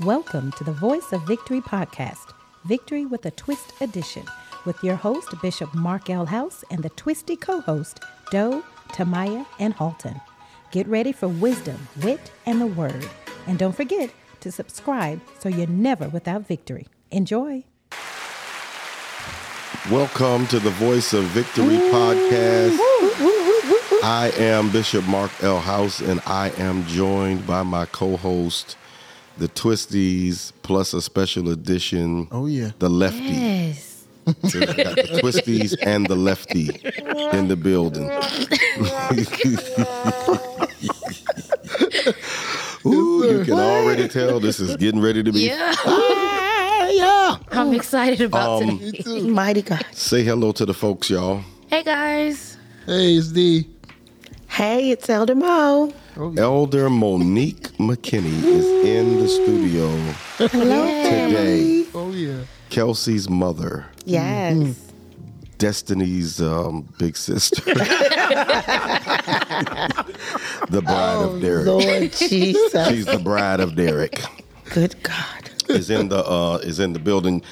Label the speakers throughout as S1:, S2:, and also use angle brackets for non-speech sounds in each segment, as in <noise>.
S1: Welcome to the Voice of Victory podcast, Victory with a Twist edition, with your host, Bishop Mark L. House, and the twisty co host, Doe, Tamaya, and Halton. Get ready for wisdom, wit, and the word. And don't forget to subscribe so you're never without victory. Enjoy.
S2: Welcome to the Voice of Victory podcast. I am Bishop Mark L. House, and I am joined by my co host, the Twisties, plus a special edition.
S3: Oh, yeah.
S2: The Lefty.
S4: Yes.
S2: So we got the Twisties and the Lefty in the
S4: <laughs>
S2: building. Ooh, you can already tell this is getting ready to be.
S4: Yeah.
S3: Ah, yeah.
S4: I'm excited about
S2: Um,
S4: today.
S5: Mighty God.
S2: Say hello to the folks, y'all.
S4: Hey guys.
S3: Hey, it's D.
S5: Hey, it's Elder Mo.
S2: Elder Monique McKinney is in the studio today.
S3: Oh, yeah.
S2: Kelsey's mother,
S5: Yes.
S2: Mm-hmm. Destiny's um, big sister, <laughs> the bride of Derek.
S5: Oh,
S2: <laughs>
S5: Lord Jesus.
S2: She's the bride of Derek.
S5: Good God.
S2: Is in the uh, is in the building.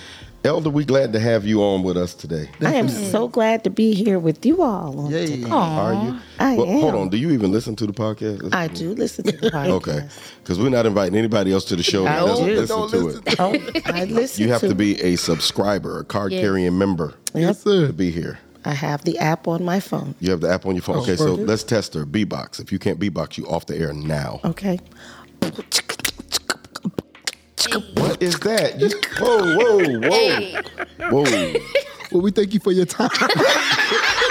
S2: Elder, we glad to have you on with us today.
S5: I am so glad to be here with you all. on
S3: Yay.
S5: today.
S2: Are you?
S5: I
S2: Hold
S5: am.
S2: on. Do you even listen to the podcast?
S5: I do listen to the
S2: <laughs>
S5: podcast.
S2: Okay, because we're not inviting anybody else to the show that
S5: No,
S2: doesn't
S5: you
S2: listen
S3: don't
S2: to
S3: listen
S2: it.
S5: Oh, I listen
S2: You have to
S5: to
S2: be a subscriber, a card carrying member
S3: Yes, sir.
S2: to be here.
S5: I have the app on my phone.
S2: You have the app on your phone.
S3: Oh,
S2: okay, so
S3: perfect.
S2: let's test her. B box. If you can't B box, you off the air now.
S3: Oh.
S5: Okay.
S2: What is that? You- whoa, whoa, whoa. Whoa.
S3: Well, we thank you for your time. <laughs>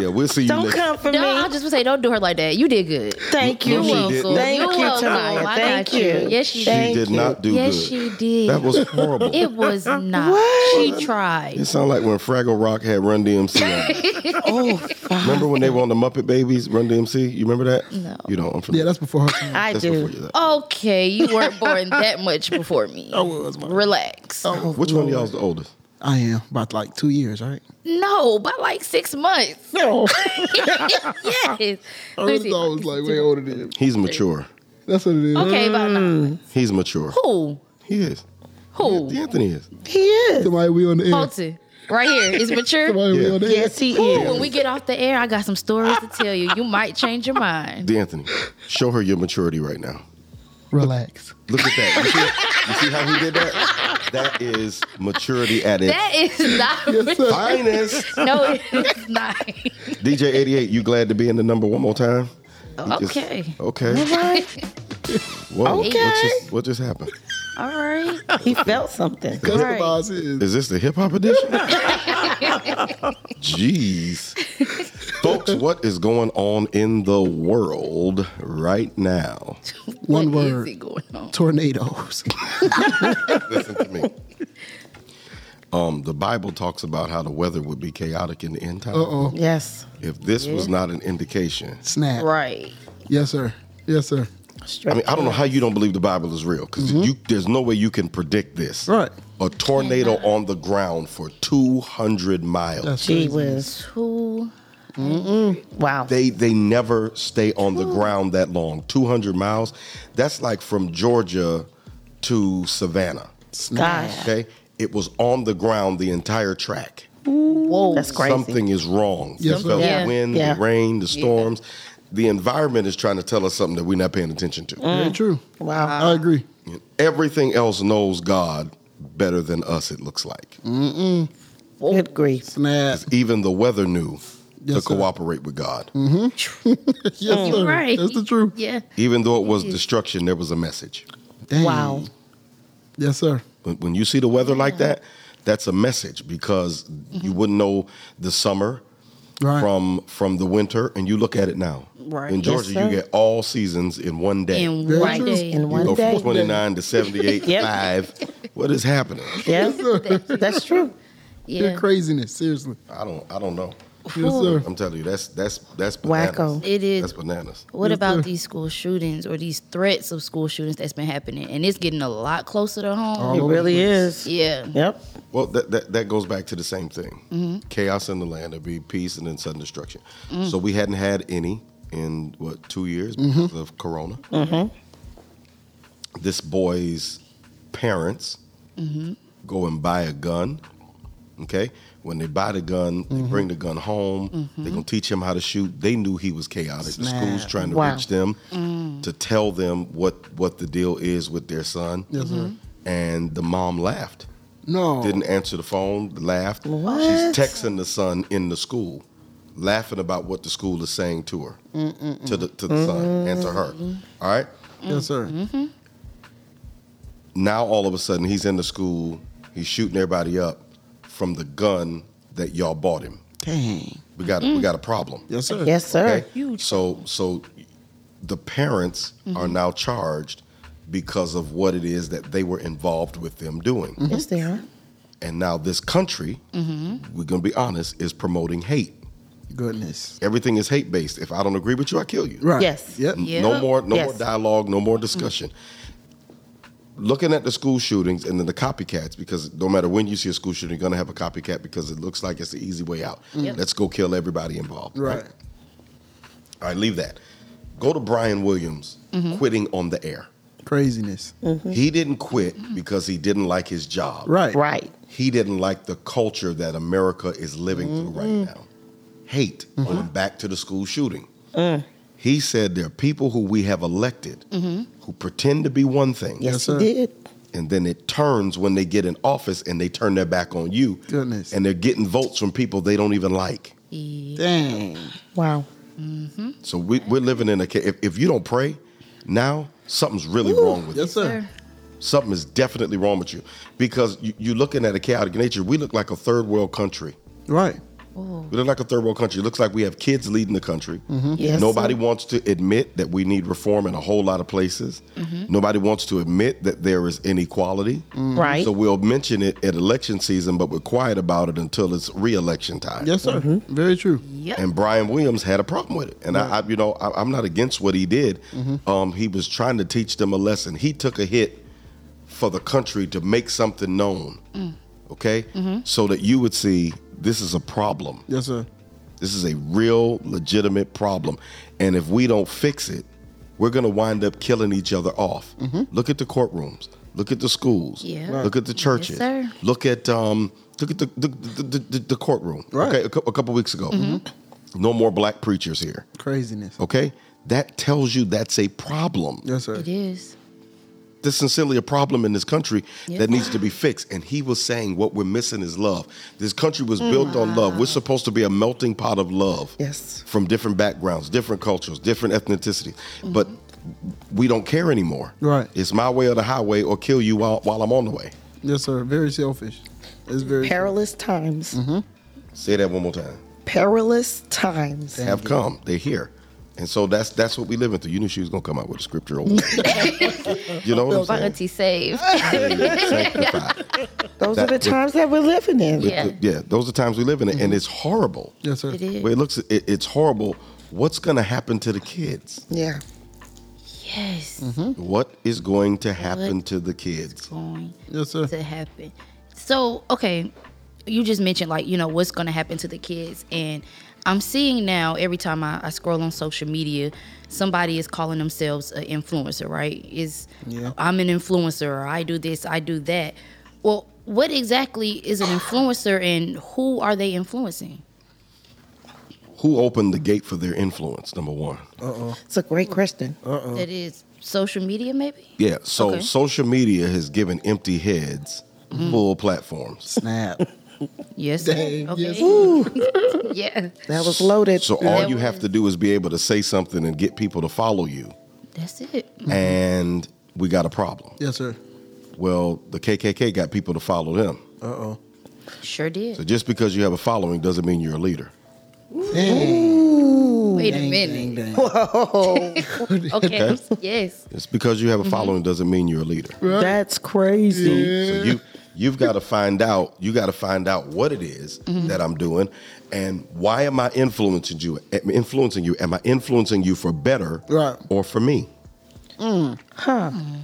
S2: Yeah, we'll see you
S5: Don't
S2: next
S5: come for
S4: No, I
S5: me.
S4: just would say don't do her like that. You did good.
S5: Thank
S4: You're
S5: you.
S2: she
S4: welcome.
S2: didn't.
S5: Thank
S4: You're
S5: you,
S4: welcome.
S5: Tamaya.
S4: I
S5: Thank
S4: got
S5: you.
S4: Yes, she
S2: She
S5: Thank
S2: did
S5: you.
S2: not do
S4: Yes,
S2: good.
S4: she did.
S2: That was horrible.
S4: It was not. She tried.
S2: It sounded like when Fraggle Rock had Run DMC on.
S5: Oh, Father.
S2: Remember when they were on the Muppet Babies, Run DMC? You remember that?
S4: No.
S2: You don't. I'm from
S3: yeah, that's before her time.
S5: I
S2: that's
S5: do.
S2: before you.
S4: Okay, you weren't born
S2: <laughs>
S4: that much before me.
S2: Oh,
S4: I
S3: was, my-
S4: Relax.
S2: Which one of y'all's the oldest?
S3: I am. About like two years, right?
S4: No, by like
S2: <laughs>
S4: six months. <laughs>
S3: No.
S4: yes.
S3: I
S4: Let me see.
S3: really thought I was like way older than him.
S2: He's mature.
S3: That's what it is.
S4: Okay, about nine.
S2: He's mature.
S4: Who?
S2: He is.
S4: Who?
S2: D'Anthony is.
S5: He is.
S3: Somebody we on the air.
S4: Halton. Right here. Is mature.
S3: Somebody we
S2: Yeah.
S3: on the air.
S5: Yes, he is.
S4: When we get off the air, I got some stories to tell you. You might change your mind.
S2: D'Anthony, show her your maturity right now.
S3: Relax.
S2: Look at that. You see, you see how he did that? That is maturity at its
S4: That is not.
S3: Yes, sir.
S2: finest.
S4: no, it's not.
S2: DJ 88, you glad to be in the number one more time? You just-
S4: Okay.
S2: okay. Whoa. What, just, what just happened?
S4: All right.
S5: He felt something.
S3: That's
S4: Right.
S3: what ours is.
S2: Is this the hip hop edition? Jeez. Folks, what is going on in the world right now?
S3: One
S4: What is
S3: word.
S4: it going on?
S3: Tornadoes.
S2: Listen to me. Um, the Bible talks about how the weather would be chaotic in the end time.
S3: <laughs> Uh-oh.
S5: Yes.
S2: If this was not an indication,
S3: Snap.
S4: Right.
S3: Yes, sir. Yes, sir.
S5: Straight
S2: I mean, I don't know how you don't believe the Bible is real because you there's no way you can predict this.
S3: Mm-hmm. Right.
S2: A tornado on the ground for 200 miles.
S3: That's crazy.
S5: She was.
S4: Who?
S5: Wow.
S2: they they never stay on the ground that long. 200 miles. That's like from Georgia to Savannah.
S5: Gosh.
S2: Okay? It was on the ground the entire track.
S4: Whoa.
S5: That's crazy.
S2: Something is wrong.
S3: Yes,
S2: You felt
S4: Yeah.
S2: the wind,
S5: Yeah.
S2: the rain, the storms. The environment is trying to tell us something that we're not paying attention to.
S5: Mm.
S3: Very true.
S5: Wow.
S3: I agree.
S2: Everything else knows God better than us, it looks like.
S5: Oh, Good grief.
S3: Snap.
S2: Even the weather knew to
S3: Yes, sir.
S2: cooperate with God.
S3: <laughs> Yes, sir.
S4: Right.
S3: That's the truth.
S4: Yeah.
S2: Even though it was destruction, there was a message.
S3: Dang.
S5: Wow.
S3: Yes, sir.
S2: When, when you see the weather like that, that's a message because you wouldn't know the summer
S3: Right.
S2: from from the winter, and you look at it now.
S4: Right.
S2: In
S4: Yes,
S2: Georgia,
S5: sir.
S2: you get all seasons in one day.
S4: In
S3: Very
S4: one
S3: true.
S4: day.
S5: In
S2: you go
S5: one day.
S2: from 29 to 78
S5: Yep.
S2: 5. What is happening?
S5: Yeah. That's true.
S3: Your
S4: Yeah.
S3: craziness. Seriously.
S2: I don't I don't know.
S3: Yes, sir.
S2: I'm telling you, that's that's that's bananas.
S5: Wacko.
S4: It is.
S2: That's bananas.
S4: What
S3: Yes,
S4: about
S3: sir.
S4: these school shootings or these threats of school shootings that's been happening? And it's getting a lot closer to home.
S3: Oh.
S5: It really is.
S4: Yeah.
S5: Yep.
S2: Well, that, that, that goes back to the same thing
S3: Mm-hmm.
S2: chaos in the land, there'd be peace and then sudden destruction.
S3: Mm.
S2: So we
S3: Mm-hmm.
S2: hadn't had any in what, two years because of Corona. this boy's parents
S3: Mm-hmm.
S2: go and buy a gun. Okay, when they buy the gun,
S3: Mm-hmm.
S2: they bring the gun home. They're gonna teach him how to shoot. They knew he was chaotic. The
S5: Snap.
S2: school's trying to
S5: Wow.
S2: reach them
S3: Mm.
S2: to tell them what what the deal is with their son.
S3: Yes, sir.
S2: And the mom laughed,
S3: No.
S2: didn't answer the phone, laughed.
S5: What?
S2: She's texting the son in the school, laughing about what the school is saying to her, to the to the son and to her. All right.
S3: Yes, sir.
S4: Mm-hmm.
S2: now all of a sudden he's in the school, he's shooting everybody up from the gun that y'all bought him.
S5: Dang.
S2: We got we got a problem.
S3: Yes, sir.
S5: Yes, sir.
S2: Okay? So so the parents are now charged because of what it is that they were involved with them doing.
S5: Yes, they are.
S2: And now this country, we're gonna be honest, is promoting hate.
S3: Goodness.
S2: Everything is hate based. If I don't agree with you, I kill you.
S3: Right.
S5: Yes.
S3: Yep.
S4: Yeah.
S2: No more, no more
S5: Yes.
S2: dialogue, no more discussion. Looking at the school shootings and then the copycats, because no matter when you see a school shooting, you're gonna have a copycat because it looks like it's the easy way out.
S4: Yep.
S2: Let's go kill everybody involved.
S3: Mm-hmm. Right.
S2: All right, leave that. Go to Brian Williams
S3: Mm-hmm.
S2: quitting on the air.
S3: Craziness.
S4: Mm.
S2: He didn't quit because he didn't like his job.
S3: Mm-hmm. Right.
S5: Right.
S2: He didn't like the culture that America is living through right now. Hate. Going back to the school shooting. He said there are people who we have elected who pretend to be one thing.
S3: Yes,
S5: Yes, he
S3: sir.
S5: did.
S2: and then it turns when they get in office and they turn their back on you.
S3: Goodness.
S2: And they're getting votes from people they don't even like.
S5: Dang. Wow.
S2: So we, we're living in a ca- if, if you don't pray now, something's really wrong with
S3: Yes,
S2: you.
S3: sir.
S2: Something is definitely wrong with you because you, you're looking at a chaotic nature. We look like a third world country.
S3: Right.
S2: We look like a third world country. It looks like we have kids leading the country.
S3: Mm-hmm.
S5: Yes,
S2: Nobody
S5: sir.
S2: wants to admit that we need reform in a whole lot of places.
S5: Mm-hmm.
S2: Nobody wants to admit that there is inequality.
S5: Right.
S2: So we'll mention it at election season, but we're quiet about it until it's re-election time.
S3: Yes, sir.
S4: Mm-hmm.
S3: Very true.
S4: Yep.
S2: And Brian Williams had a problem with it, and I, I, you know, I, I'm not against what he did.
S3: Mm-hmm.
S2: Um, he was trying to teach them a lesson. He took a hit for the country to make something known,
S5: Mm.
S2: okay,
S5: Mm-hmm.
S2: so that you would see this is a problem.
S3: Yes, sir.
S2: This is a real, legitimate problem. And if we don't fix it, we're going to wind up killing each other off. Look at the courtrooms. Look at the schools.
S4: Mm-hmm. Yeah. Right.
S2: Look at the churches.
S4: sir.
S2: Look at um, look at the the, the, the, the- the courtroom.
S3: Right.
S2: Okay, a, cou- a couple weeks ago,
S4: Mm-hmm.
S2: Mm-hmm. no more black preachers here.
S3: Craziness.
S2: Okay, that tells you that's a problem.
S3: Yes, sir.
S4: It is.
S2: There's sincerely a problem in this country that needs to be fixed. And he was saying what we're missing is love. This country was built
S4: Mm.
S2: on love. We're supposed to be a melting pot of love
S5: Yes.
S2: from different backgrounds, different cultures, different ethnicities. But we don't care anymore.
S3: Right.
S2: It's my way or the highway or kill you while, while I'm on the way.
S3: Yes, sir. Very selfish. It's very
S5: Perilous times.
S2: Say that one more time.
S5: Perilous times.
S2: Have come. They're here. And so that's that's what we living through. You knew she was gonna come out with a scripture over. you know
S4: Feel
S2: what I'm saying?
S4: Auntie saved.
S2: Sanctified.
S5: Those
S2: That
S5: are the
S2: would-
S5: times that we're living in.
S4: Yeah.
S2: yeah, those are the times we live in, and it's horrible.
S3: Yes, sir.
S4: It is.
S2: Well, it looks it, it's horrible. What's going to happen to the kids?
S5: Yeah.
S4: Yes.
S3: Mm-hmm.
S2: What is going to happen to the kids?
S4: Going
S3: Yes, sir.
S4: to happen. So, okay, you just mentioned like, you know, what's gonna happen to the kids and I'm seeing now every time I, I scroll on social media, somebody is calling themselves an influencer, right? Is
S3: Yeah.
S4: I'm an influencer or I do this, I do that. Well, what exactly is an influencer and who are they influencing?
S2: Who opened the gate for their influence? Number one.
S5: It's a great question.
S3: Uh,
S4: That is social media maybe?
S2: Yeah. So
S4: Okay.
S2: social media has given empty heads full platforms.
S3: Snap.
S4: <laughs> Yes.
S3: Dang,
S4: okay.
S3: yes.
S4: <laughs> yeah.
S5: That was loaded.
S2: So all you have to do is be able to say something and get people to follow you,
S4: That's it.
S2: and we got a problem.
S3: Yes, sir.
S2: Well, the KKK got people to follow them.
S3: Uh oh.
S4: Sure did.
S2: So just because you have a following doesn't mean you're a leader.
S4: Wait a minute. <laughs>
S3: <laughs>
S4: Okay. yes.
S2: Just because you have a following doesn't mean you're a leader.
S5: That's crazy.
S2: So you you've got to find out. You got to find out what it is that I'm doing, and why am I influencing you? am- Influencing you? Am I influencing you for better
S3: Right.
S2: or for me?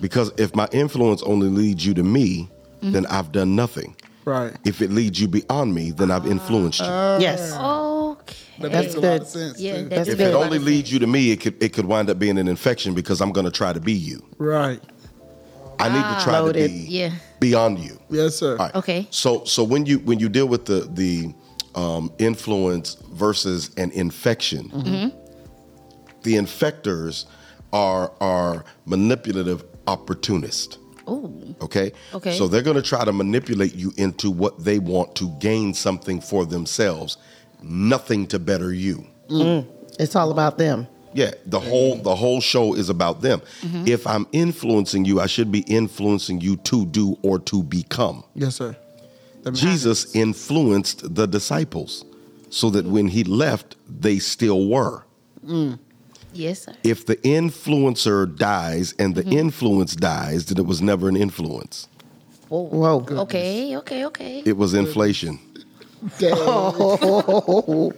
S2: Because if my influence only leads you to me,
S4: Mm-hmm.
S2: then I've done nothing.
S3: Right.
S2: If it leads you beyond me, then I've influenced you.
S4: Ah.
S5: Yes.
S4: Uh, Okay.
S3: That makes a lot
S5: good.
S3: of sense.
S4: Yeah,
S3: too.
S4: that's
S2: if
S4: good.
S2: it only leads you to me, it could it could wind up being an infection because I'm going to try to be you.
S3: Right.
S2: I need to try to
S5: Loaded.
S2: be
S4: Ah, Yeah.
S2: beyond you.
S3: Yes, sir.
S2: All right.
S4: Okay.
S2: So so when you when you deal with the the um, influence versus an infection,
S4: Mm-hmm.
S2: the infectors are are manipulative opportunists.
S4: Ooh.
S2: Okay.
S4: Okay.
S2: So they're going to try to manipulate you into what they want to gain something for themselves, nothing to better you.
S5: It's all about them.
S2: Yeah, the whole the whole show is about them. If I'm influencing you, I should be influencing you to do or to become.
S3: Yes, sir. That makes
S2: Jesus influenced the disciples so that when he left, they still were.
S4: Yes, sir.
S2: If the influencer dies and the influence dies, then it was never an influence.
S5: Whoa.
S4: Okay, okay, okay.
S2: It was inflation.
S5: <laughs>
S3: Damn.
S5: Oh,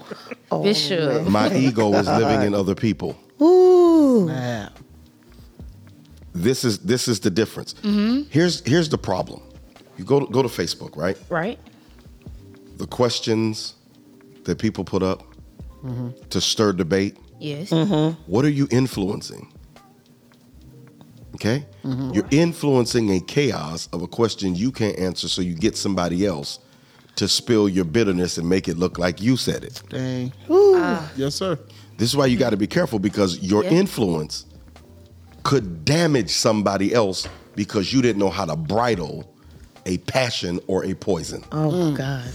S4: Bishop.
S2: My ego is living in other people.
S5: Ooh.
S3: Wow.
S2: This is this is the difference. Here's here's the problem. You go to, go to Facebook, right?
S4: Right?
S2: The questions that people put up to stir debate.
S4: Yes.
S5: Mm-hmm.
S2: What are you influencing? Okay? You're influencing a chaos of a question you can't answer, so you get somebody else to spill your bitterness and make it look like you said it.
S3: Dang.
S4: Ah.
S3: yes, sir.
S2: This is why you got to be careful because your
S4: Mm-hmm. Yeah.
S2: influence could damage somebody else because you didn't know how to bridle a passion or a poison.
S5: Oh God.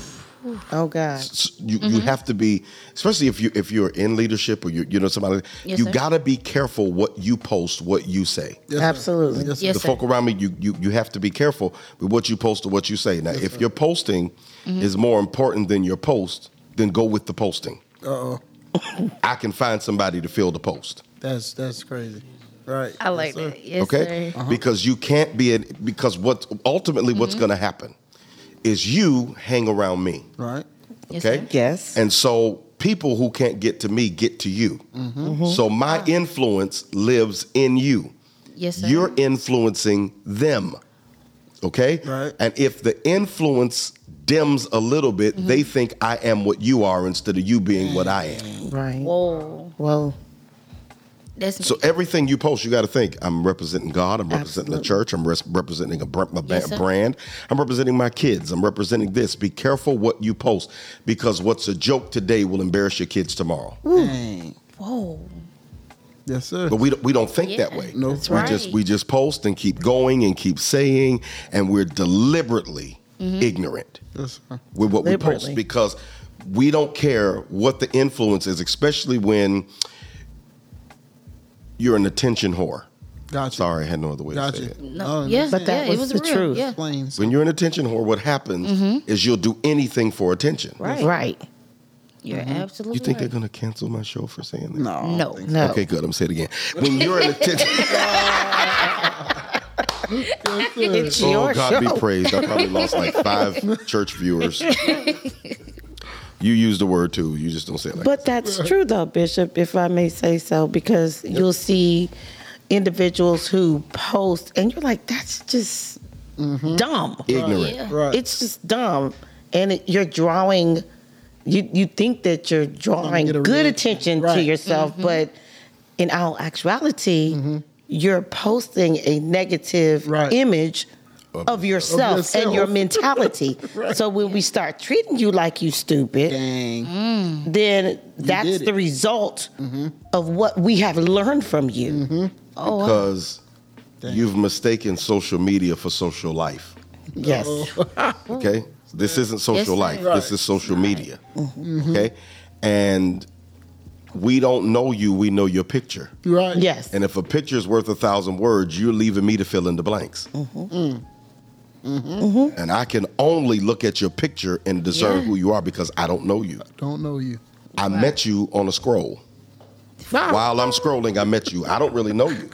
S5: Oh God.
S2: s- you,
S4: Mm-hmm.
S2: you have to be especially if you if you're in leadership or you you know somebody
S4: Yes,
S2: you
S4: sir.
S2: got to be careful what you post what you say
S3: Yes, sir.
S5: Absolutely.
S3: Yes, sir.
S4: Yes,
S2: the
S4: sir.
S2: folk around me you, you you have to be careful with what you post or what you say now if your posting
S4: Mm-hmm.
S2: is more important than your post then go with the posting
S3: Uh-oh.
S2: i can find somebody to fill the post
S3: That's that's crazy. Right.
S4: I
S3: yes,
S4: like
S3: sir.
S4: that. Yes,
S2: okay
S4: sir.
S2: because you can't be in because what ultimately what's
S4: Mm-hmm.
S2: going to happen is you hang around me
S3: Right.
S4: Yes,
S2: okay
S4: sir.
S5: Yes.
S2: And so people who can't get to me get to you.
S4: Mm-hmm.
S2: So my influence lives in you.
S4: Ah. Yes, sir.
S2: You're influencing them. Okay?
S3: Right.
S2: And if the influence dims a little bit,
S4: Mm-hmm.
S2: they think I am what you are instead of you being what I am.
S5: right.
S4: Whoa.
S5: Whoa.
S4: That's
S2: So everything you post, you got to think I'm representing God, I'm representing the
S5: Absolutely.
S2: church, I'm res- representing a, br- a ba-
S4: Yes, sir.
S2: brand, I'm representing my kids, I'm representing this. Be careful what you post because what's a joke today will embarrass your kids tomorrow.
S3: Dang.
S4: whoa.
S3: Yes, sir.
S2: But we don't, we don't think that
S4: Yeah,
S2: way.
S3: No. that's
S2: we
S4: right.
S2: just we just post and keep going and keep saying, and we're deliberately ignorant
S3: Yes, sir.
S2: with what we
S5: Deliberately.
S2: post because we don't care what the influence is, especially when you're an attention whore.
S3: Gotcha.
S2: Sorry, I had no other way to say
S3: Gotcha.
S2: it.
S4: No.
S3: I
S4: yeah,
S5: But that
S4: yeah,
S5: was
S4: it was
S5: the
S4: real.
S5: truth.
S4: Yeah.
S3: Planes.
S2: When you're an attention whore, what happens is you'll do anything for attention.
S4: Right.
S5: Right.
S4: You're
S3: Mm-hmm.
S4: absolutely
S2: You think they're
S4: right.
S2: gonna cancel my show for saying that?
S3: No.
S4: No.
S5: No.
S2: Okay, good. I'm gonna say it again. When you're an attention
S3: Yes, sir.
S5: It's
S2: <laughs> Oh,
S5: your
S2: God
S5: show.
S2: be praised. I probably lost like five church viewers. You use the word too. You just don't say it like
S5: But that's true, though, Bishop, if I may say so, because you'll see individuals who post and you're like, that's just
S2: Mm-hmm.
S5: dumb.
S2: ignorant.
S4: Yeah.
S3: Right.
S5: It's just dumb. And it, you're drawing, you, you think that you're drawing
S3: get a
S5: good
S3: reaction.
S5: attention to
S3: Right.
S5: yourself,
S2: Mm-hmm.
S5: but in all actuality, you're posting a negative
S3: Right.
S5: image. Of yourself, and your
S3: yourself. <laughs>
S5: mentality. So when we start treating you like you stupid,
S3: Dang.
S4: Mm.
S5: then that's
S3: did
S5: the
S3: it.
S5: result of what we have learned from you.
S4: Oh, wow.
S2: Because you've mistaken social media for social life.
S5: Yes.
S2: Okay? This isn't
S4: Yes,
S2: social
S4: sir.
S2: life.
S3: Right.
S2: This is social media. Okay? And we don't know you, we know your picture.
S3: You right.
S5: <laughs> Yes.
S2: And if a picture is worth a thousand words, you're leaving me to fill in the blanks. And I can only look at your picture and discern
S4: Yeah.
S2: who you are because I don't know you.
S3: Don't know you.
S2: I met you on a scroll.
S5: Wow.
S2: While I'm scrolling, I met you. I don't really know you.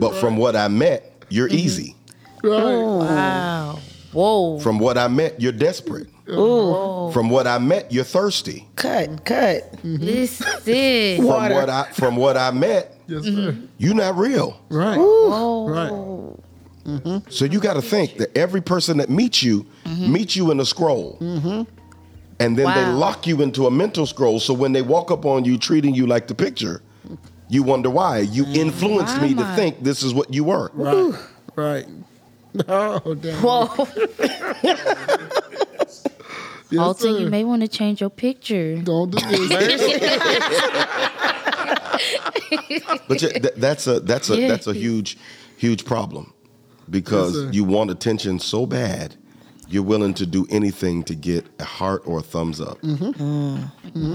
S2: But from what I met, you're easy.
S3: Right.
S4: wow. Whoa.
S2: From what I met, you're desperate. From what I met, you're thirsty.
S5: Cut, cut.
S3: Mm-hmm.
S4: Listen.
S2: From
S5: Water.
S2: what I from what I met,
S3: Yes, sir.
S4: Mm-hmm.
S2: you're not real.
S3: Right.
S4: Whoa.
S3: Right.
S2: So you got to think that every person that meets you meets you in a scroll, and then they
S4: Wow.
S2: lock you into a mental scroll. So when they walk up on you, treating you like the picture, you wonder why. You influenced me to
S4: Mama.
S2: think this is what you were.
S3: Right. <laughs> Right. Oh, damn.
S4: Whoa.
S3: Yes,
S4: Alton,
S3: sir.
S4: you may want to change your picture.
S3: Don't do this.
S2: But you, th- that's a that's a
S4: Yeah.
S2: that's a huge huge problem because
S3: Yes, sir.
S2: you want attention so bad you're willing to do anything to get a heart or a thumbs up.
S4: Mm-hmm.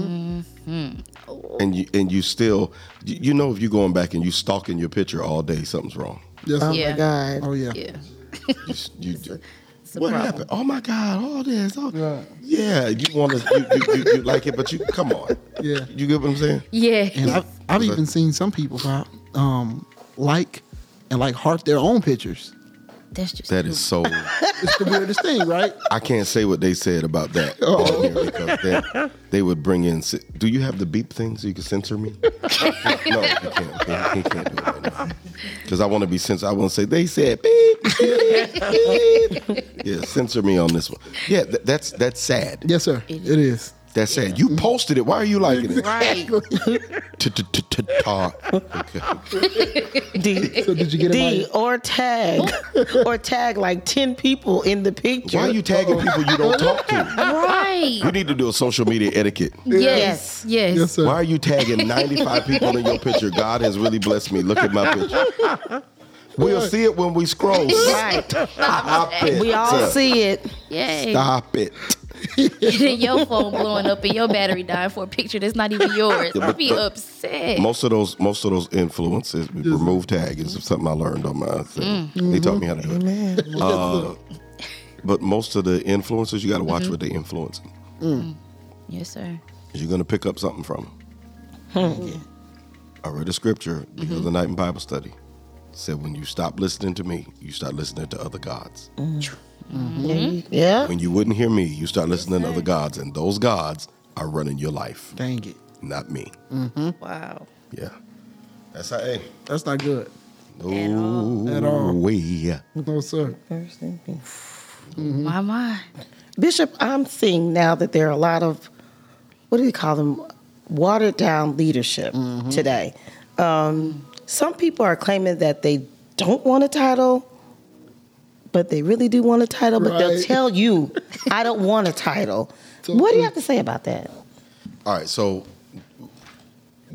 S2: Mm-hmm. And you and you still you, you know if you're going back and you stalking your picture all day something's wrong.
S3: yes, sir.
S4: <laughs>
S5: Oh
S4: Yeah.
S5: my God.
S3: Oh, yeah.
S4: Yeah.
S2: You, s- you,
S4: It's a
S2: what
S4: problem.
S2: happened? Oh my God! All this. Oh,
S3: Right.
S2: yeah. You want to you, you, you, you like it, but you come on.
S3: Yeah.
S2: You get what I'm saying?
S4: Yeah.
S3: And I've, I've even seen some people Rob, um, like and like heart their own pictures.
S4: That's just
S2: That is
S3: <laughs>
S2: so.
S3: It's the weirdest thing, right?
S2: I can't say what they said about that on here because they, they would bring in. c- Do you have the beep thing so you can censor me? no, you can't. He can't do it right now because I want to be censored. I want to say they said beep, beep, beep. Yeah, censor me on this one. Yeah, th- that's that's sad.
S3: Yes, sir. It is.
S2: That's sad. You posted it. Why are you liking it?
S4: right.
S2: T-t-t-t-tar. Okay.
S5: <laughs>
S3: <laughs>
S5: D,
S3: So did you get
S5: D
S3: it?
S5: or tag or tag like ten people in the picture.
S2: Why are you tagging people you don't talk to? You <laughs>
S4: Right.
S2: need to do a social media etiquette.
S4: Yes. Yes.
S3: Yes, sir.
S2: Why are you tagging 95 people in your picture? God has really blessed me. Look at my picture. We'll see it when we scroll.
S5: Right.
S2: Stop it.
S5: We all see it.
S4: Yay.
S2: Stop it.
S4: <laughs> your phone blowing up and your battery dying for a picture that's not even yours. I'd be upset.
S2: Most of those, most of those influences, remove tag is something I learned on my thing.
S5: Mm.
S2: They taught me how to do it. Uh, but most of the influencers, you got to watch what they influence.
S4: yes, sir.
S2: You're going to pick up something from them. I read a scripture the
S5: Mm-hmm.
S2: other night in Bible study. It said, when you stop listening to me, you start listening to other gods.
S5: Yeah.
S2: When you wouldn't hear me, you start listening to other gods, and those gods are running your life,
S3: Dang it.
S2: not me.
S3: Mm-hmm.
S4: Wow.
S2: Yeah. That's how, hey.
S3: That's not good.
S2: No
S3: At all.
S2: way.
S3: No, sir.
S4: My my.
S5: Bishop, I'm seeing now that there are a lot of what do you call them? Watered down leadership
S2: Mm-hmm.
S5: today. Um, some people are claiming that they don't want a title, but they really do want a title, but they'll
S3: Right.
S2: <laughs>
S5: tell you, I don't want a title. What do you have to say about that?
S2: All right, so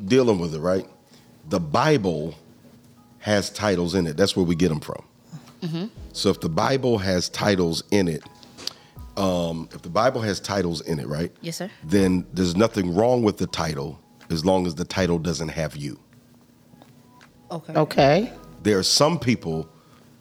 S2: dealing with it, right? The Bible has titles in it. That's where we get them from.
S3: Mm-hmm.
S2: So if the Bible has titles in it, um, if the Bible has titles in it, right?
S4: Yes, sir.
S2: Then there's nothing wrong with the title as long as the title doesn't have you.
S4: Okay.
S5: Okay.
S2: there are some people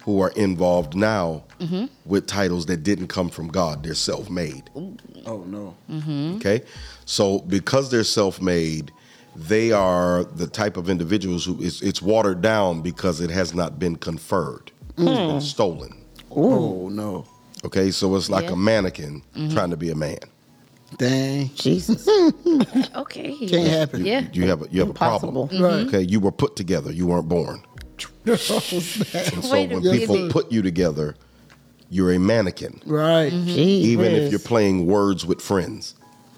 S2: who are involved now
S4: Mm-hmm.
S2: with titles that didn't come from God. They're self made.
S3: Oh, no.
S4: Mm-hmm.
S2: Okay? So because they're self made, they are the type of individuals who it's, it's watered down because it has not been conferred, it's been
S4: Mm.
S2: stolen.
S3: Oh, no.
S2: Okay? So it's like
S4: Yeah. Mm-hmm.
S2: a mannequin trying to be a man.
S3: Dang. <laughs>
S5: Jesus.
S4: Okay.
S3: Can't happen.
S4: Yeah.
S2: You have a, you have a
S5: Impossible.
S2: problem.
S4: Mm-hmm.
S2: Okay? You were put together, you weren't born.
S3: Oh,
S2: And so
S4: Wait a
S2: when
S4: minute.
S2: people put you together, you're a mannequin.
S3: Right.
S5: Gee
S2: <laughs> even if
S5: whiz.
S2: you're playing words with friends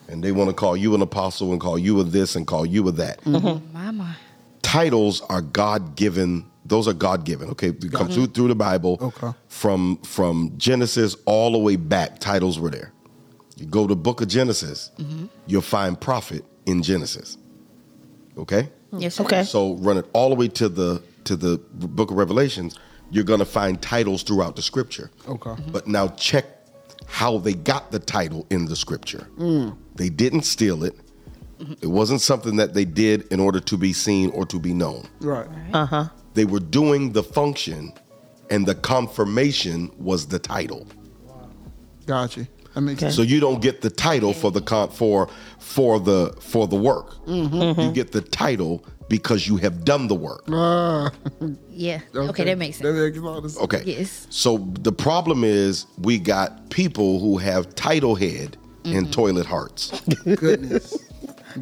S2: and they want to call you an apostle and call you a this and call you a that
S4: My my.
S2: titles are god-given those are god-given okay we come through through the bible
S3: Okay.
S2: from from genesis all the way back titles were there you go to the book of genesis you'll find prophet in genesis okay
S4: Yes, sir.
S5: Okay.
S2: so run it all the way to the to the book of Revelations. You're going to find titles throughout the scripture. Mm-hmm.
S3: Okay. Mhm.
S2: But now check how they got the title in the scripture. They didn't steal it. It wasn't something that they did in order to be seen or to be known.
S3: Right.
S2: They were doing the function, and the confirmation was the title.
S3: Got you. That makes
S5: Okay.
S2: So you don't get the title for the con- for for the for the work. You get the title because you have done the work.
S3: Ah,
S4: Yeah. Okay. that makes sense.
S3: That makes a lot of sense.
S2: Okay.
S4: Yes.
S2: So the problem is we got people who have title head
S4: Mm-hmm.
S2: and toilet
S4: <laughs>
S2: hearts.
S3: Goodness.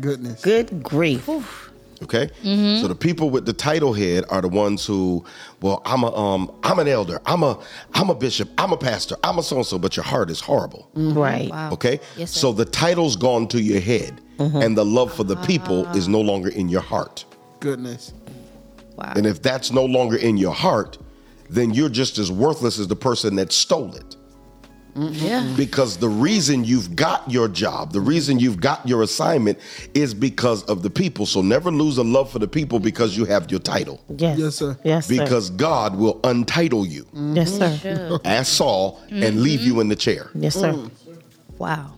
S3: Goodness.
S5: Good grief.
S2: Okay.
S4: Mm-hmm.
S2: So the people with the title head are the ones who, well, I'm a um, I'm an elder, I'm a I'm a bishop, I'm a pastor, I'm a so and so, but your heart is horrible.
S5: Right.
S4: Wow.
S2: Okay.
S4: Mm-hmm. Yes, sir. Mm-hmm.
S2: so the title's gone to your head, and the love for the people
S4: Ah.
S2: is no longer in your heart.
S3: Goodness.
S4: Wow.
S2: And if that's no longer in your heart, then you're just as worthless as the person that stole it.
S4: Yeah.
S2: Because the reason you've got your job, the reason you've got your assignment is because of the people. So never lose a love for the people because you have your title.
S5: Yes.
S3: Yes, sir.
S5: Yes, sir.
S2: Because Mm. God will untitle you
S5: yes, sir.
S2: as Saul and leave
S5: Mm-hmm.
S2: you in the chair.
S5: Yes, sir.
S2: Mm.
S4: Wow.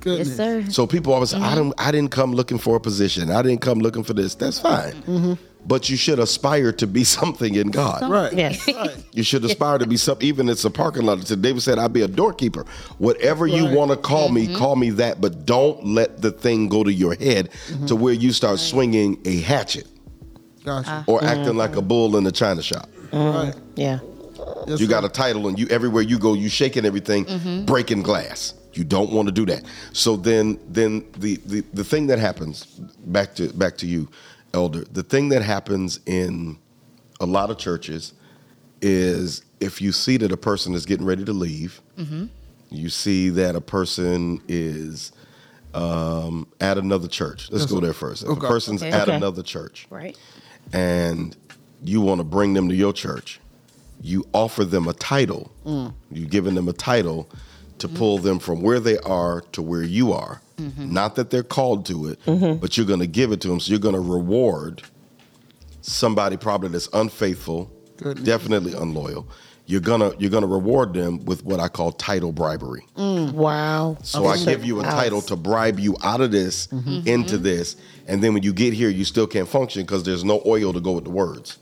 S3: Goodness.
S4: Yes, sir.
S2: So people always,
S5: Mm-hmm.
S2: I don't, I didn't come looking for a position. I didn't come looking for this. That's fine.
S5: Mm-hmm.
S2: But you should aspire to be <laughs> something in God.
S3: Right.
S5: Yes.
S3: <laughs> Right.
S2: You should aspire to be something. Even it's a parking lot. So David said, "I'll be a doorkeeper. Whatever you
S3: Right.
S2: want to call me, call me that. But don't let the thing go to your head to where you start swinging a hatchet
S3: Gotcha.
S2: or acting like a bull in a china shop.
S3: Right.
S5: Yeah.
S3: Yes,
S2: You
S3: sir. Mm-hmm.
S2: got a title, and you everywhere you go, you shaking everything, breaking glass. You don't want to do that. So then, then the, the the thing that happens back to back to you, elder. The thing that happens in a lot of churches is if you see that a person is getting ready to leave, you see that a person is um, at another church. Let's go there first. If
S3: Okay.
S2: a person's
S4: Okay.
S2: at
S5: Okay.
S2: another church,
S4: Right.
S2: and you want to bring them to your church, you offer them a title.
S4: Mm.
S2: You've given them a title to
S4: Mm-hmm.
S2: pull them from where they are to where you are. Not that they're called to it,
S4: Mm-hmm.
S2: but you're going to give it to them. So you're going to reward somebody probably that's unfaithful,
S3: Goodness.
S2: definitely unloyal. You're gonna you're gonna reward them with what I call title bribery.
S5: Wow.
S2: Mm. So I give you a title to bribe you out of this into this, and then when you get here, you still can't function because there's no oil to go with the words.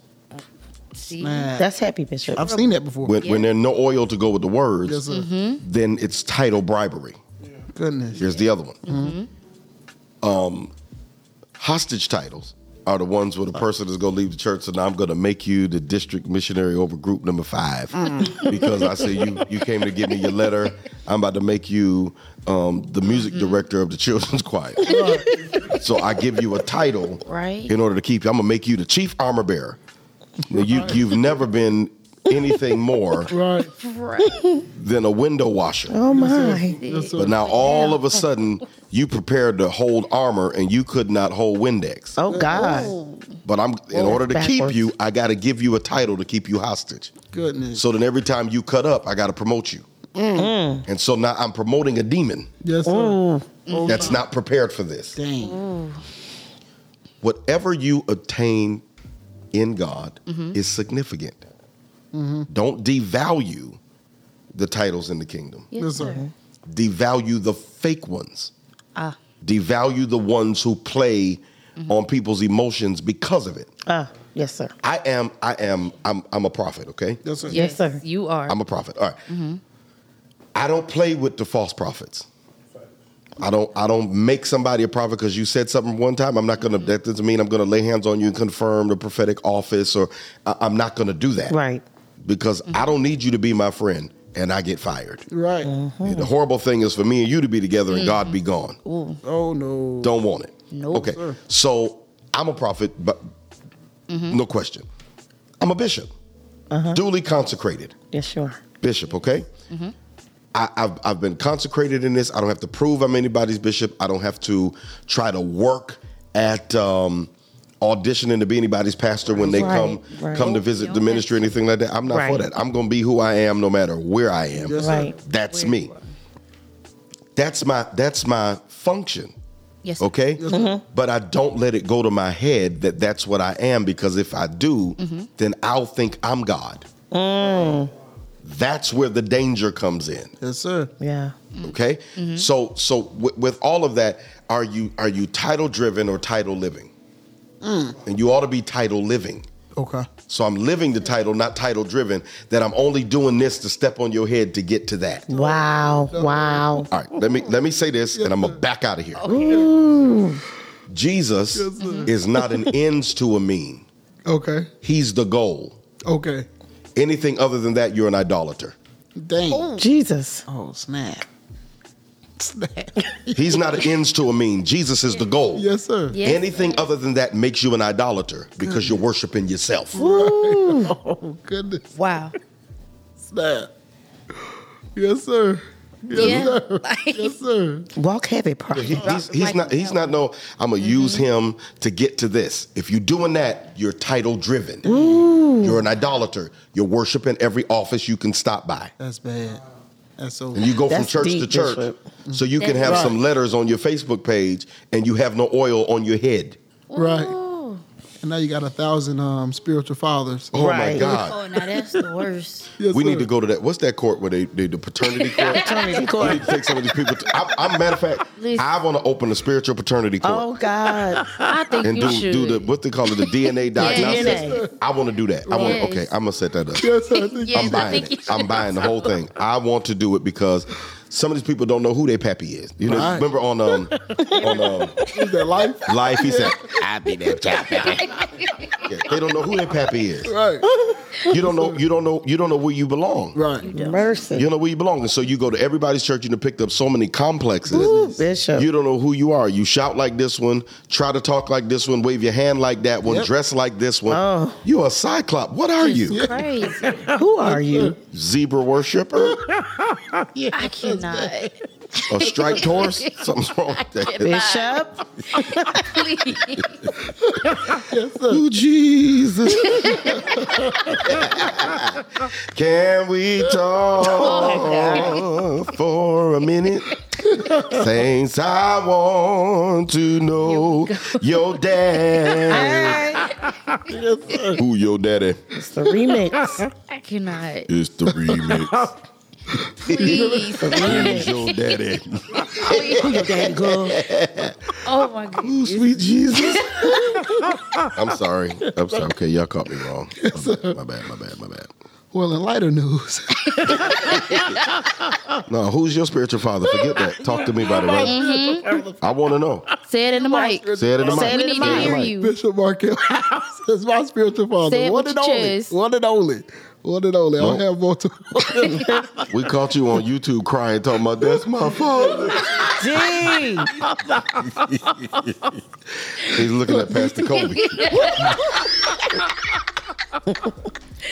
S4: See.
S3: Man,
S5: That's happy, Bishop.
S3: I've seen that before.
S2: When, when there's no oil to go with the words,
S3: yes, sir.
S2: Mm-hmm. then it's title bribery.
S3: Goodness.
S2: Here's the other one. Um, hostage titles are the ones where the person is going to leave the church, and I'm going to make you the district missionary over group number five <laughs> because I say you you came to give me your letter. I'm about to make you um, the music director of the children's <laughs> choir. so I give you a title
S4: Right.
S2: in order to keep you. I'm going to make you the chief armor bearer. Now, you you've never been anything more
S3: Right.
S2: than a window washer.
S5: Oh my.
S3: Yes, sir.
S2: But now all of a sudden, you prepared to hold armor and you could not hold Windex.
S5: Oh God.
S4: Oh.
S2: But I'm in order to keep
S5: backwards.
S2: you, I got to give you a title to keep you hostage.
S3: Goodness.
S2: So then every time you cut up, I got to promote you.
S5: Mm.
S2: And so now I'm promoting a demon
S3: yes, sir.
S2: Oh.
S5: Oh,
S2: that's not prepared for this.
S3: Dang.
S2: Whatever you attain in God
S5: Mm-hmm.
S2: is significant. Don't devalue the titles in the kingdom.
S4: Yes,
S3: Yes,
S4: sir.
S3: sir.
S2: devalue the fake ones.
S4: Ah.
S2: Devalue the ones who play on people's emotions because of it.
S5: Ah. Yes, sir.
S2: I am, I am, I'm, I'm a prophet, okay?
S3: Yes, sir.
S4: Yes,
S5: sir.
S4: You are.
S2: I'm a prophet. All right. I don't play with the false prophets. I don't I don't make somebody a prophet because you said something one time. I'm not gonna that doesn't mean I'm gonna lay hands on you and confirm the prophetic office or I, I'm not gonna do that.
S5: Right.
S2: Because I don't need you to be my friend and I get fired.
S3: Right.
S2: The horrible thing is for me and you to be together and God be gone.
S3: Oh no.
S2: Don't want it.
S4: Nope.
S2: Okay.
S3: Sure.
S2: So I'm a prophet, but
S5: Mm-hmm.
S2: no question. I'm a bishop,
S5: Uh-huh.
S2: duly consecrated
S5: Yes, you are.
S2: bishop. Okay.
S5: Mm-hmm.
S2: I, I've I've been consecrated in this. I don't have to prove I'm anybody's bishop. I don't have to try to work at um, auditioning to be anybody's pastor when they
S5: Right,
S2: come
S5: right.
S2: come to visit the ministry or anything like that. I'm not for
S5: Right.
S2: that. I'm gonna be who I am no matter where I am.
S3: Yes, sir.
S5: Right.
S2: That's me. That's my that's my function.
S4: yes.
S2: Okay? But I don't let it go to my head that that's what I am because if I do, then I'll think I'm God. That's where the danger comes in.
S3: Yes, sir.
S5: Yeah.
S2: Okay? So so wi- with all of that, are you are you title driven or title living? And you ought to be title living.
S3: Okay.
S2: So I'm living the title, not title driven, that I'm only doing this to step on your head to get to that.
S5: Wow. Wow.
S2: All right, let me let me say this, and I'm gonna back out of here. Jesus
S3: Yes, sir.
S2: is not an ends to a mean.
S3: Okay.
S2: He's the goal.
S3: Okay.
S2: Anything other than that, you're an idolater.
S3: Dang.
S5: Jesus.
S3: Oh snap. Snap.
S2: He's not an ends to a mean. Jesus is the goal.
S3: yes, sir.
S4: Yes.
S2: Anything other than that makes you an idolater because you're worshiping yourself.
S3: <laughs> Oh goodness.
S4: Wow.
S3: Snap. Yes, sir.
S4: yeah. <laughs>
S3: Yes, sir.
S5: Walk heavy, probably.
S2: He- he's, he's not he's not no i'm
S3: Mm-hmm.
S2: gonna use him to get to this if you're doing that you're title driven you're an idolater you're worshiping every office you can stop by
S3: That's bad. That's so.
S2: and you go
S5: That's
S2: from church to
S5: deep,
S2: church
S5: Bishop.
S2: so you can have some letters on your facebook page and you have no oil on your head
S3: right.
S4: Oh,
S3: And now you got a thousand um, spiritual fathers.
S2: oh my
S5: Right.
S2: god
S4: now that's the worst.
S3: Yes,
S2: we need
S3: sir.
S2: to go to that what's that court where they, they the paternity court
S5: <laughs> Paternity
S2: I
S5: court.
S2: need to take some of these people. To, I, I, matter of fact,
S4: Listen.
S2: I want to open a spiritual paternity court.
S5: Oh
S2: <laughs>
S5: God.
S4: I think
S2: and
S4: you
S2: do
S4: should.
S2: do the what they call it the
S5: <laughs>
S2: DNA diagnosis.
S5: DNA.
S2: I want to do that. I want
S4: Yes.
S2: okay. I'm gonna set that up.
S3: Yes, sir. I think-
S4: Yes,
S2: I'm
S4: I
S2: buying
S4: think you
S2: it.
S4: should.
S2: I'm buying the whole thing. I want to do it because some of these people don't know who their pappy is. You know,
S3: Right.
S2: remember on um on um
S3: Is that
S2: <laughs>
S3: life?
S2: life he said, "I be that pappy." Yeah, they don't know who their pappy is.
S3: Right.
S2: You don't know. You don't know. You don't know where you belong.
S3: Right.
S5: Mercy.
S2: You don't know where you belong, and so you go to everybody's church and you picked up so many complexes.
S5: Ooh, Bishop.
S2: You don't know who you are. You shout like this one, try to talk like this one, wave your hand like that one,
S3: Yep.
S2: dress like this one.
S5: Oh.
S2: You a cyclop. What are you?
S4: It's <laughs> crazy.
S5: Who are you?
S2: Zebra worshiper?
S4: I cannot.
S5: <laughs>
S2: a striped horse? Something's wrong with <laughs> that.
S5: Bishop?
S4: Please.
S2: Ooh, Jesus. <laughs> Can we talk for a minute? Things I want to know your <laughs> dad. Who your daddy?
S5: It's
S2: <laughs>
S5: the remix.
S4: I cannot.
S2: It's <laughs> the remix.
S4: Please.
S2: Who's your daddy?
S5: <laughs> Daddy girl.
S4: Oh my god.
S2: Ooh, sweet Jesus. <laughs> I'm sorry. I'm sorry. Okay, y'all caught me wrong. My bad, my bad, my bad.
S3: Well, in lighter news, <laughs>
S2: No, who's your spiritual father? Forget that. Talk to me about it, <laughs> right? I want to know.
S4: Say it in the mic.
S2: Say it in the mic.
S5: Say it
S4: We
S5: in the
S4: need to
S5: mic.
S4: hear you.
S3: Bishop Markel <laughs> House is my spiritual father.
S4: Say it
S3: One
S4: with
S3: and
S4: your
S3: only.
S4: chest.
S3: One and only. One and only. I don't
S2: Nope.
S3: have more to. <laughs>
S2: We caught you on YouTube crying, talking about that's my father.
S5: D.
S2: He's looking at Pastor Kobe.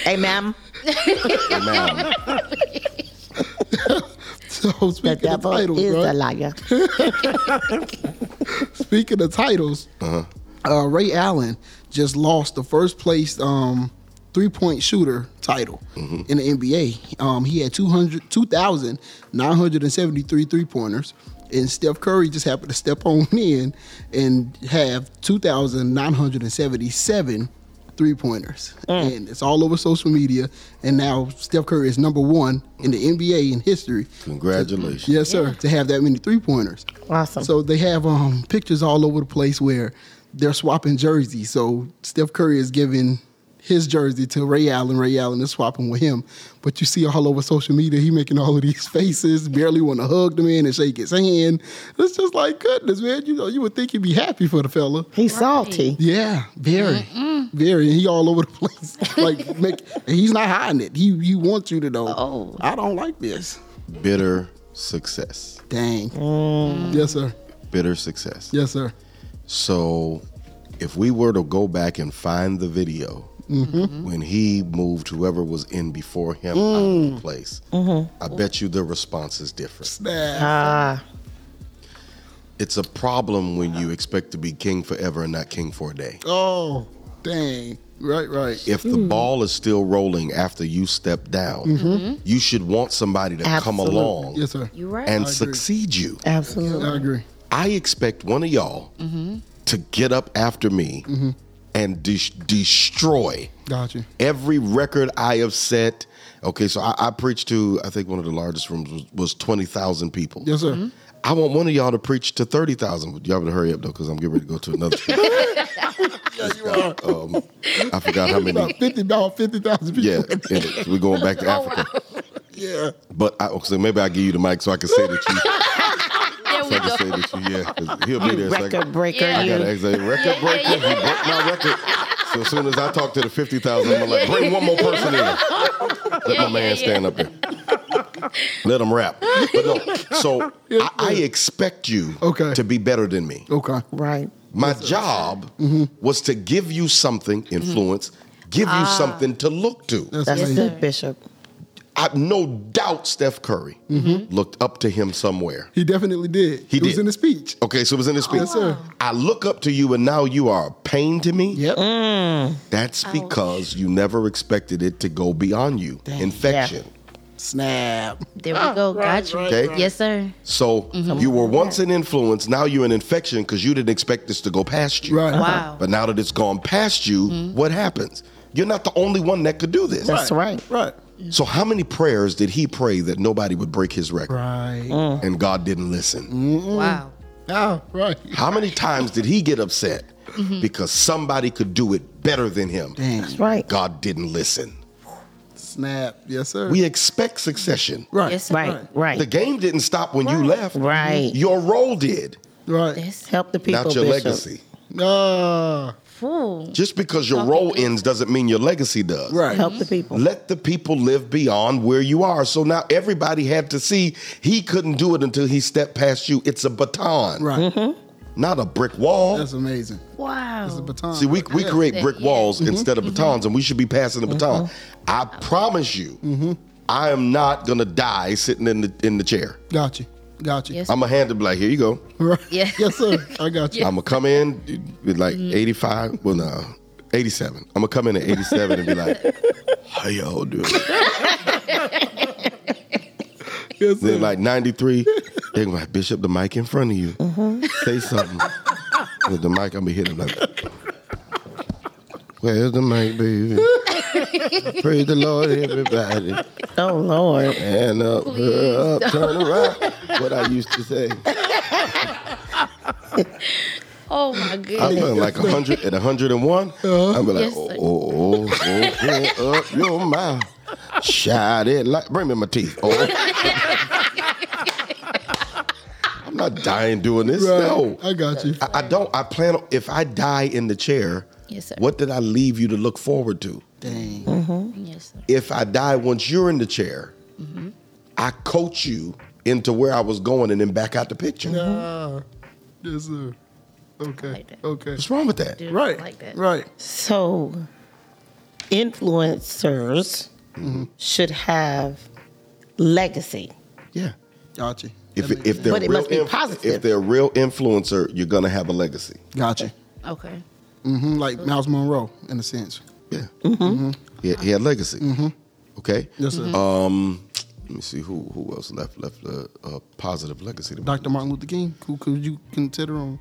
S5: Hey, ma'am.
S2: Man,
S3: So
S5: The
S3: speaking of
S5: devil
S3: titles,
S5: is
S3: right?
S5: a liar.
S3: Speaking of titles, uh Ray Allen just lost the first place um, three point shooter title in the NBA. Um, he had 200 2,973 three pointers, and Steph Curry just happened to step on <laughs> in and have 2,977 three pointers. And it's all over social media. And now Steph Curry is number one in the NBA in history.
S2: Congratulations.
S3: Yes, sir. To have that many three pointers.
S5: Awesome.
S3: So they have um, pictures all over the place where they're swapping jerseys. So Steph Curry is giving his jersey to Ray Allen. Ray Allen is swapping with him. But you see all over social media, he making all of these <laughs> faces, barely want to hug the man and shake his hand. It's just like goodness, man. You know, you would think he'd be happy for the fella.
S5: He's salty.
S3: Yeah, very, very. He all over the place. <laughs> like, make, he's not hiding it. He he wants you to know.
S4: Oh.
S3: I don't like this.
S2: Bitter success.
S3: Dang. Yes, sir.
S2: Bitter success.
S3: Yes, sir.
S2: So, if we were to go back and find the video when he moved whoever was in before him out of the place, I bet you the response is different.
S3: Nah.
S5: Ah,
S2: It's a problem when you expect to be king forever and not king for a day.
S3: Oh, dang. Right, right.
S2: If the ball is still rolling after you step down, you should want somebody to
S5: Absolutely.
S2: come along
S3: Yes, sir.
S4: You right.
S2: and succeed you.
S5: absolutely.
S3: I agree.
S2: I expect one of y'all
S4: Mm-hmm.
S2: to get up after me and de- destroy
S3: Got you.
S2: every record I have set. Okay, so I, I preached to I think one of the largest rooms was, was twenty thousand people.
S3: Yes, sir.
S5: Mm-hmm.
S2: I want one of y'all to preach to thirty thousand. Y'all better hurry up though, because I'm getting ready to go to another. um, I forgot how many.
S3: About 50, about 50,000 people.
S2: Yeah, yeah, we're going back to Africa.
S3: <laughs> Yeah.
S2: But I, so maybe I'll give you the mic so I can say that you.
S4: <laughs> There we
S2: I
S4: go.
S2: can say that you. Yeah, 'cause he'll be there. It's like-
S5: Record breaker,
S4: Yeah.
S2: I got
S5: you.
S2: to exit. Record breaker. You broke my record. So as soon as I talk to the 50,000, I'm like, bring one more person in. Let my man stand up there. Let him rap. But no, so I, I expect you
S3: Okay.
S2: to be better than me.
S3: Okay.
S5: Right.
S2: My job
S3: Mm-hmm.
S2: was to give you something, influence, give you something to look to.
S5: That's
S3: right.
S5: it, Bishop.
S2: I no doubt Steph Curry looked up to him somewhere.
S3: He definitely did.
S2: He
S3: it was
S2: did.
S3: in the speech.
S2: Okay, so it was in his speech.
S3: Yes, sir.
S2: I look up to you, and now you are a pain to me.
S3: Yep.
S5: Mm.
S2: That's because you never expected it to go beyond you. Infection.
S3: Snap.
S4: There we go. Got you.
S2: right, right.
S4: Yes, sir.
S2: So you were once an influence, now you're an infection because you didn't expect this to go past you.
S3: Right.
S4: Wow.
S2: But now that it's gone past you, what happens? You're not the only one that could do this.
S5: That's right.
S3: Right.
S2: So how many prayers did he pray that nobody would break his record
S3: Right.
S5: Mm.
S3: Mm.
S2: and God didn't listen?
S4: Wow.
S3: Ah, right.
S2: How many times did he get upset because somebody could do it better than him?
S5: That's right.
S2: God didn't listen.
S3: Snap. Yes, sir.
S2: We expect succession.
S3: right.
S4: Yes, sir.
S5: Right, right.
S2: The game didn't stop when you left.
S5: Right.
S2: Your role did,
S3: Right.
S4: This
S5: Help the people.
S2: not your
S5: Bishop.
S2: legacy.
S3: Ah,
S4: fool.
S2: Just because your role ends doesn't mean your legacy does.
S3: right.
S5: Help the people.
S2: Let the people live beyond where you are. So now everybody had to see he couldn't do it until he stepped past you. It's a baton,
S3: Right.
S5: Mm-hmm.
S2: not a brick wall.
S3: That's amazing.
S4: Wow.
S3: It's a baton.
S2: See, we, we create
S4: that,
S2: brick
S4: yeah.
S2: walls
S5: Mm-hmm.
S2: instead of batons, and we should be passing the baton. I promise you,
S3: Mm-hmm.
S2: I am not gonna die sitting in the in the chair.
S3: Got you. Got you.
S4: Yes.
S2: I'm gonna hand it like, here you go.
S3: Right.
S4: Yeah.
S3: yes, sir. I
S5: <laughs>
S3: got you.
S2: I'm gonna come in with like 85. Well, no, 87. I'm gonna come in at 87 and be like, how y'all doing?
S3: Yes, sir.
S2: Then like 93, they're gonna be like, Bishop, the mic in front of you. Say something. With the mic, I'm gonna hit him like, where's the mic, baby? Praise the Lord, everybody.
S5: Oh Lord.
S2: And up, up, turn around. What I used to say.
S4: Oh my
S2: I'm
S4: goodness.
S2: feeling like 100 at 101. I'm be like,
S4: Yes,
S2: oh,
S4: sir.
S2: oh, oh, open up your mouth. Shout it like, bring me my teeth.
S4: <laughs>
S2: Oh. I'm not dying doing this.
S3: Right.
S2: No.
S3: I got you.
S2: I, I don't. I plan on if I die in the chair.
S4: Yes, sir.
S2: What did I leave you to look forward to?
S3: Dang.
S4: Yes, sir.
S2: If I die once you're in the chair,
S4: Mm-hmm.
S2: I coach you into where I was going and then back out the picture. Uh,
S3: Ah, yes, sir. Okay.
S4: like that.
S3: okay.
S2: What's wrong with that?
S4: Dude, I
S3: Right.
S4: Like that.
S3: Right.
S5: So influencers
S2: Mm-hmm.
S5: should have legacy.
S2: Yeah.
S3: Got you.
S2: If,
S3: That
S2: if
S3: makes
S2: they're
S5: But it
S2: real
S5: must be
S2: inf-
S5: positive.
S2: if they're a real influencer, you're gonna have a legacy.
S3: sense. got you.
S4: Okay.
S3: hmm Like Miles Monroe, in a sense.
S2: Yeah. He, Mm-hmm. he had legacy. Okay.
S3: Yes, sir.
S2: Um, let me see who who else left left a, a positive legacy. to me.
S3: Dr. Martin Luther King, who could you consider him?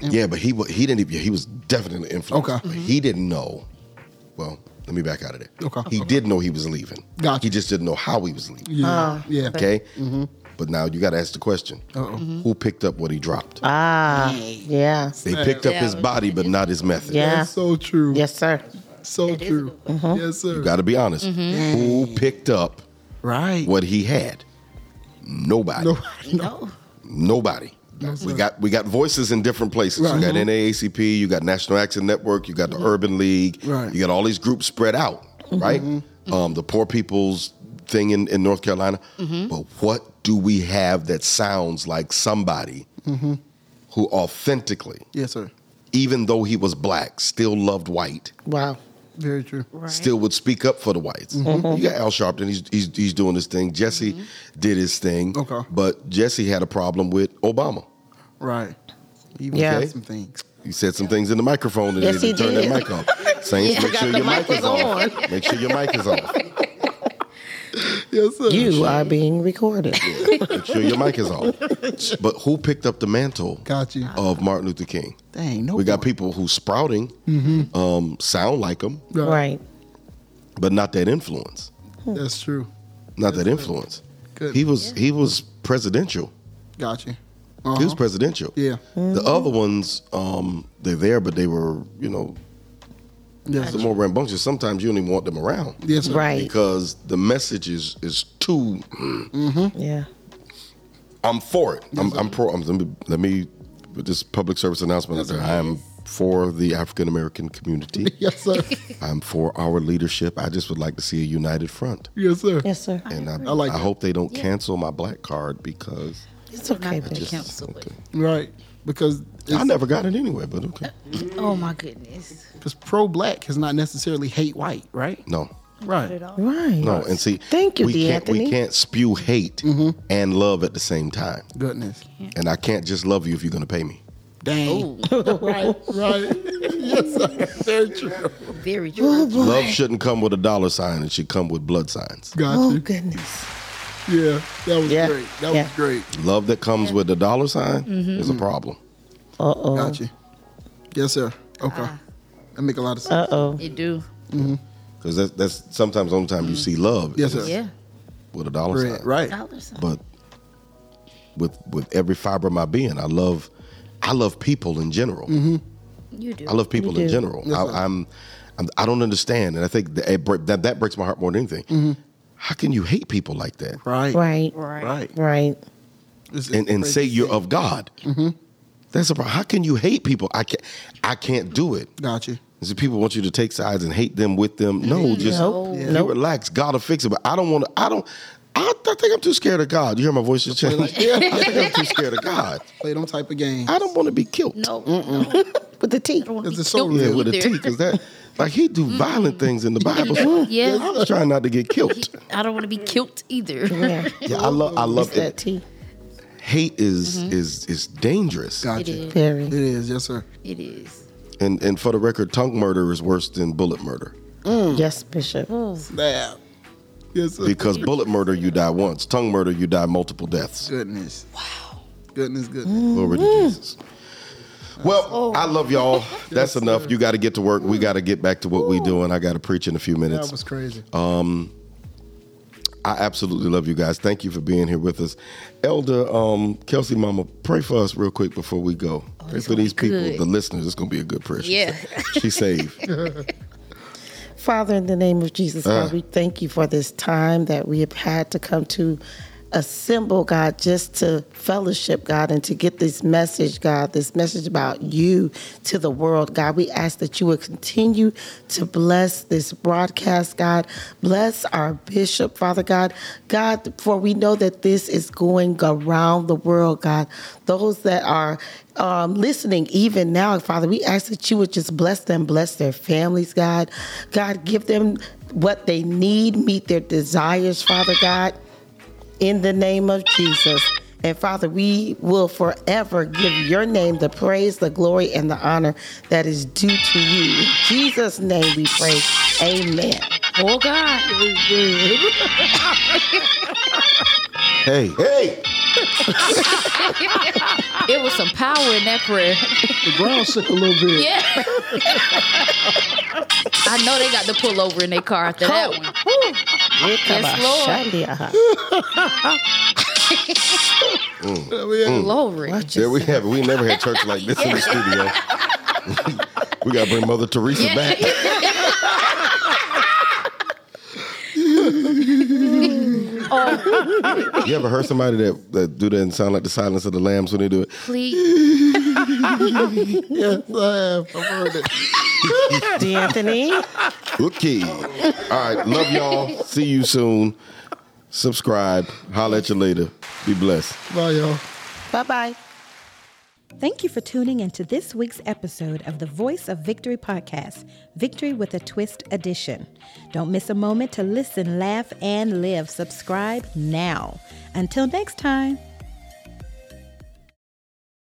S2: Yeah, but he wa- he didn't. even- He was definitely influenced.
S3: Okay.
S2: but he didn't know. Well, let me back out of there.
S3: Okay.
S2: he did know he was leaving.
S3: Gotcha.
S2: He just didn't know how he was leaving.
S3: Yeah. yeah.
S2: Okay, but now you got to ask the question:
S3: Uh-oh.
S2: Who picked up what he dropped?
S5: Ah, yeah,
S2: they picked up
S4: Yeah.
S2: his body, but not his method.
S5: Yeah.
S3: That's so true.
S5: yes, sir.
S3: So
S4: That is a
S3: true.
S4: good
S3: Yes,
S2: You
S3: sir.
S2: got to be honest. Who picked up
S3: Right.
S2: what he had? Nobody.
S3: No,
S4: No.
S2: Nobody. we got we got voices in different places.
S3: Right. Mm-hmm.
S2: You got NAACP, you got National Action Network, you got the Urban League,
S3: Right. Mm-hmm.
S2: you got all these groups spread out, right? Um, the poor people's thing in, in North Carolina.
S3: Mm-hmm.
S2: But what do we have that sounds like somebody
S3: Mm-hmm.
S2: who authentically,
S3: yes, sir.
S2: even though he was black, still loved white?
S5: Wow.
S3: Very true.
S4: Right.
S2: still would speak up for the whites.
S5: Mm-hmm.
S2: You got Al Sharpton; he's he's, he's doing his thing. Jesse did his thing,
S3: Okay.
S2: but Jesse had a problem with Obama.
S3: Right. Even
S5: Yeah.
S3: said some things.
S2: He said some things in the microphone and
S5: Yes,
S2: they
S5: he
S2: turned
S5: did.
S2: that mic
S5: <laughs>
S2: off. Saints, make sure
S5: the
S2: your mic
S5: mic
S2: is
S5: was
S2: on. Make sure your mic is off.
S3: Yes, sir.
S5: You are being recorded.
S2: Make sure your mic is off.
S5: <laughs>
S2: But who picked up the mantle
S3: Got you.
S2: of Martin Luther King?
S3: Dang, no.
S2: Oh. We got
S3: one.
S2: people who sprouting,
S3: Mm-hmm.
S2: um, sound like him,
S5: Right.
S2: but not that influence.
S3: That's true.
S2: Not that influence.
S3: Good.
S2: He was he was presidential.
S3: Got you.
S2: He
S3: Uh-huh.
S2: was presidential.
S3: Yeah.
S2: The other ones, um, they're there, but they were, you know,
S3: Yes,
S2: the
S3: sir.
S2: more rambunctious. Sometimes you don't even want them around
S3: Yes, sir.
S5: Right.
S2: because the message is is too.
S5: Yeah.
S2: I'm for it. I'm, I'm pro. I'm, let me let me put this public service announcement out there. I am for the African American community.
S3: Yes, sir.
S2: I'm for our leadership. I just would like to see a united front.
S3: yes, sir.
S5: Yes, sir.
S2: And I,
S3: I like
S2: I
S3: that.
S2: hope they don't cancel my black card because
S5: It's okay,
S4: Not to
S5: Bishop.
S4: cancel it.
S3: Right. Because
S2: I never got it anyway. But okay,
S4: Oh my goodness.
S3: pro black is not necessarily hate white, right?
S2: no.
S3: Right.
S5: Right.
S2: No, and see,
S5: Thank you,
S2: we
S5: D.
S2: can't we
S5: Anthony.
S2: can't spew hate
S3: Mm-hmm.
S2: and love at the same time.
S3: Goodness.
S2: And I can't just love you if you're going to pay me.
S3: Dang. <laughs> right. Right. yes. sir. Very true.
S4: Very true.
S2: Love shouldn't come with a dollar sign; it should come with blood signs.
S3: Got
S5: Oh
S3: you.
S5: goodness.
S3: Yeah. That was
S5: Yeah.
S3: great. That
S5: Yeah.
S3: was great.
S2: Love that comes with a dollar sign
S5: Mm-hmm.
S2: is a problem.
S5: Uh oh.
S3: Got you. Yes, sir. Okay. that make a lot of sense.
S5: Uh oh.
S4: it do.
S2: Because that's, that's sometimes only time you
S5: Mm-hmm.
S2: see love
S3: Yes,
S2: is
S3: sir.
S4: Yeah.
S2: with a dollar
S3: Right.
S2: sign.
S3: Right.
S4: Dollar sign.
S2: But with with every fiber of my being, I love I love people in general.
S3: Mm-hmm.
S4: You do.
S2: I love people
S5: You
S2: in
S5: do.
S2: general.
S3: Yes, sir.
S2: I, I'm, I'm I don't understand, and I think that it, bre- that, that breaks my heart more than anything.
S5: Mm-hmm.
S2: How can you hate people like that
S3: Right.
S5: Right.
S4: right.
S3: Right.
S5: Right.
S3: This is
S2: and and
S3: crazy.
S2: say you're of God?
S5: Mm-hmm.
S2: That's a problem. How can you hate people? I can't I can't do it.
S3: Got
S2: <laughs>
S3: you.
S2: See, people want you to take sides and hate them with them. No, just
S5: Mm-hmm. Nope.
S2: you
S5: Nope.
S2: relax. God'll fix it. But I don't want to. I don't. I, I think I'm too scared of God. You hear my voice just change. I <laughs> think I'm too scared of God.
S3: <laughs> Play them type of games.
S2: I don't want to be killed.
S4: No.
S5: With the T.
S3: It's a
S4: Don't
S3: soul
S2: Yeah,
S3: yeah,
S2: with a
S4: either.
S2: T, because that, like, he do violent things in the Bible. So
S4: Yeah.
S2: I was trying not to get killed.
S4: <laughs> I don't want to be killed either.
S5: Yeah.
S2: Yeah, I love. I
S5: It's
S2: love
S5: that
S2: it.
S5: T.
S2: Hate is is is dangerous.
S3: Got
S4: It
S3: you.
S4: is.
S3: It
S5: Very.
S3: is. Yes, sir.
S4: It is.
S2: And and for the record, tongue murder is worse than bullet murder
S5: Yes, Bishop.
S3: Snap. Yes, sir.
S2: because bullet murder you die once, tongue murder you die multiple deaths.
S3: Goodness. Wow. Goodness, goodness.
S2: Glory to Jesus. Well, I love y'all. That's enough. You got to get to work. We got to get back to what we doing. I got to preach in a few minutes.
S3: That was crazy.
S2: I absolutely love you guys. Thank you for being here with us. Elder um, Kelsey Mama, pray for us real quick before we go. pray
S4: it's
S2: for
S4: Oh, gonna
S2: these
S4: be
S2: people,
S4: good.
S2: the listeners. It's going to be a good prayer. She
S4: Yeah.
S2: said. She saved.
S4: <laughs>
S5: Father, in the name of Jesus, God, we thank you for this time that we have had to come to assemble, God, just to fellowship, God, and to get this message, God, this message about you to the world. God, we ask that you would continue to bless this broadcast, God. Bless our bishop, Father God. God, for we know that this is going around the world, God. Those that are um, listening even now, Father, we ask that you would just bless them, bless their families, God. God, give them what they need, meet their desires, Father God in the name of Jesus. And Father, we will forever give your name the praise, the glory, and the honor that is due to you. In Jesus' name we pray. Amen.
S4: Oh God.
S2: hey, hey,
S4: <laughs> It was some power in that prayer.
S3: the ground shook a little bit.
S4: Yeah. <laughs> I know they got the pullover in their car after that one.
S5: Yes,
S3: We
S4: Mm.
S3: had-
S4: Glory.
S2: there we have it. We never had church like this in the studio. <laughs> we got to bring Mother Teresa
S4: <laughs>
S2: back. You ever heard somebody that, that do that and sound like the silence of the lambs when they do it?
S4: Please.
S3: Yes, I have. I've heard it.
S5: Lord. D'Anthony.
S2: Okay. All right. Love y'all. See you soon. Subscribe. Holla at you later. Be blessed.
S3: Bye, y'all.
S5: Bye bye.
S1: Thank you for tuning into this week's episode of the Voice of Victory podcast, Victory with a Twist edition. Don't miss a moment to listen, laugh, and live. Subscribe now. Until next time.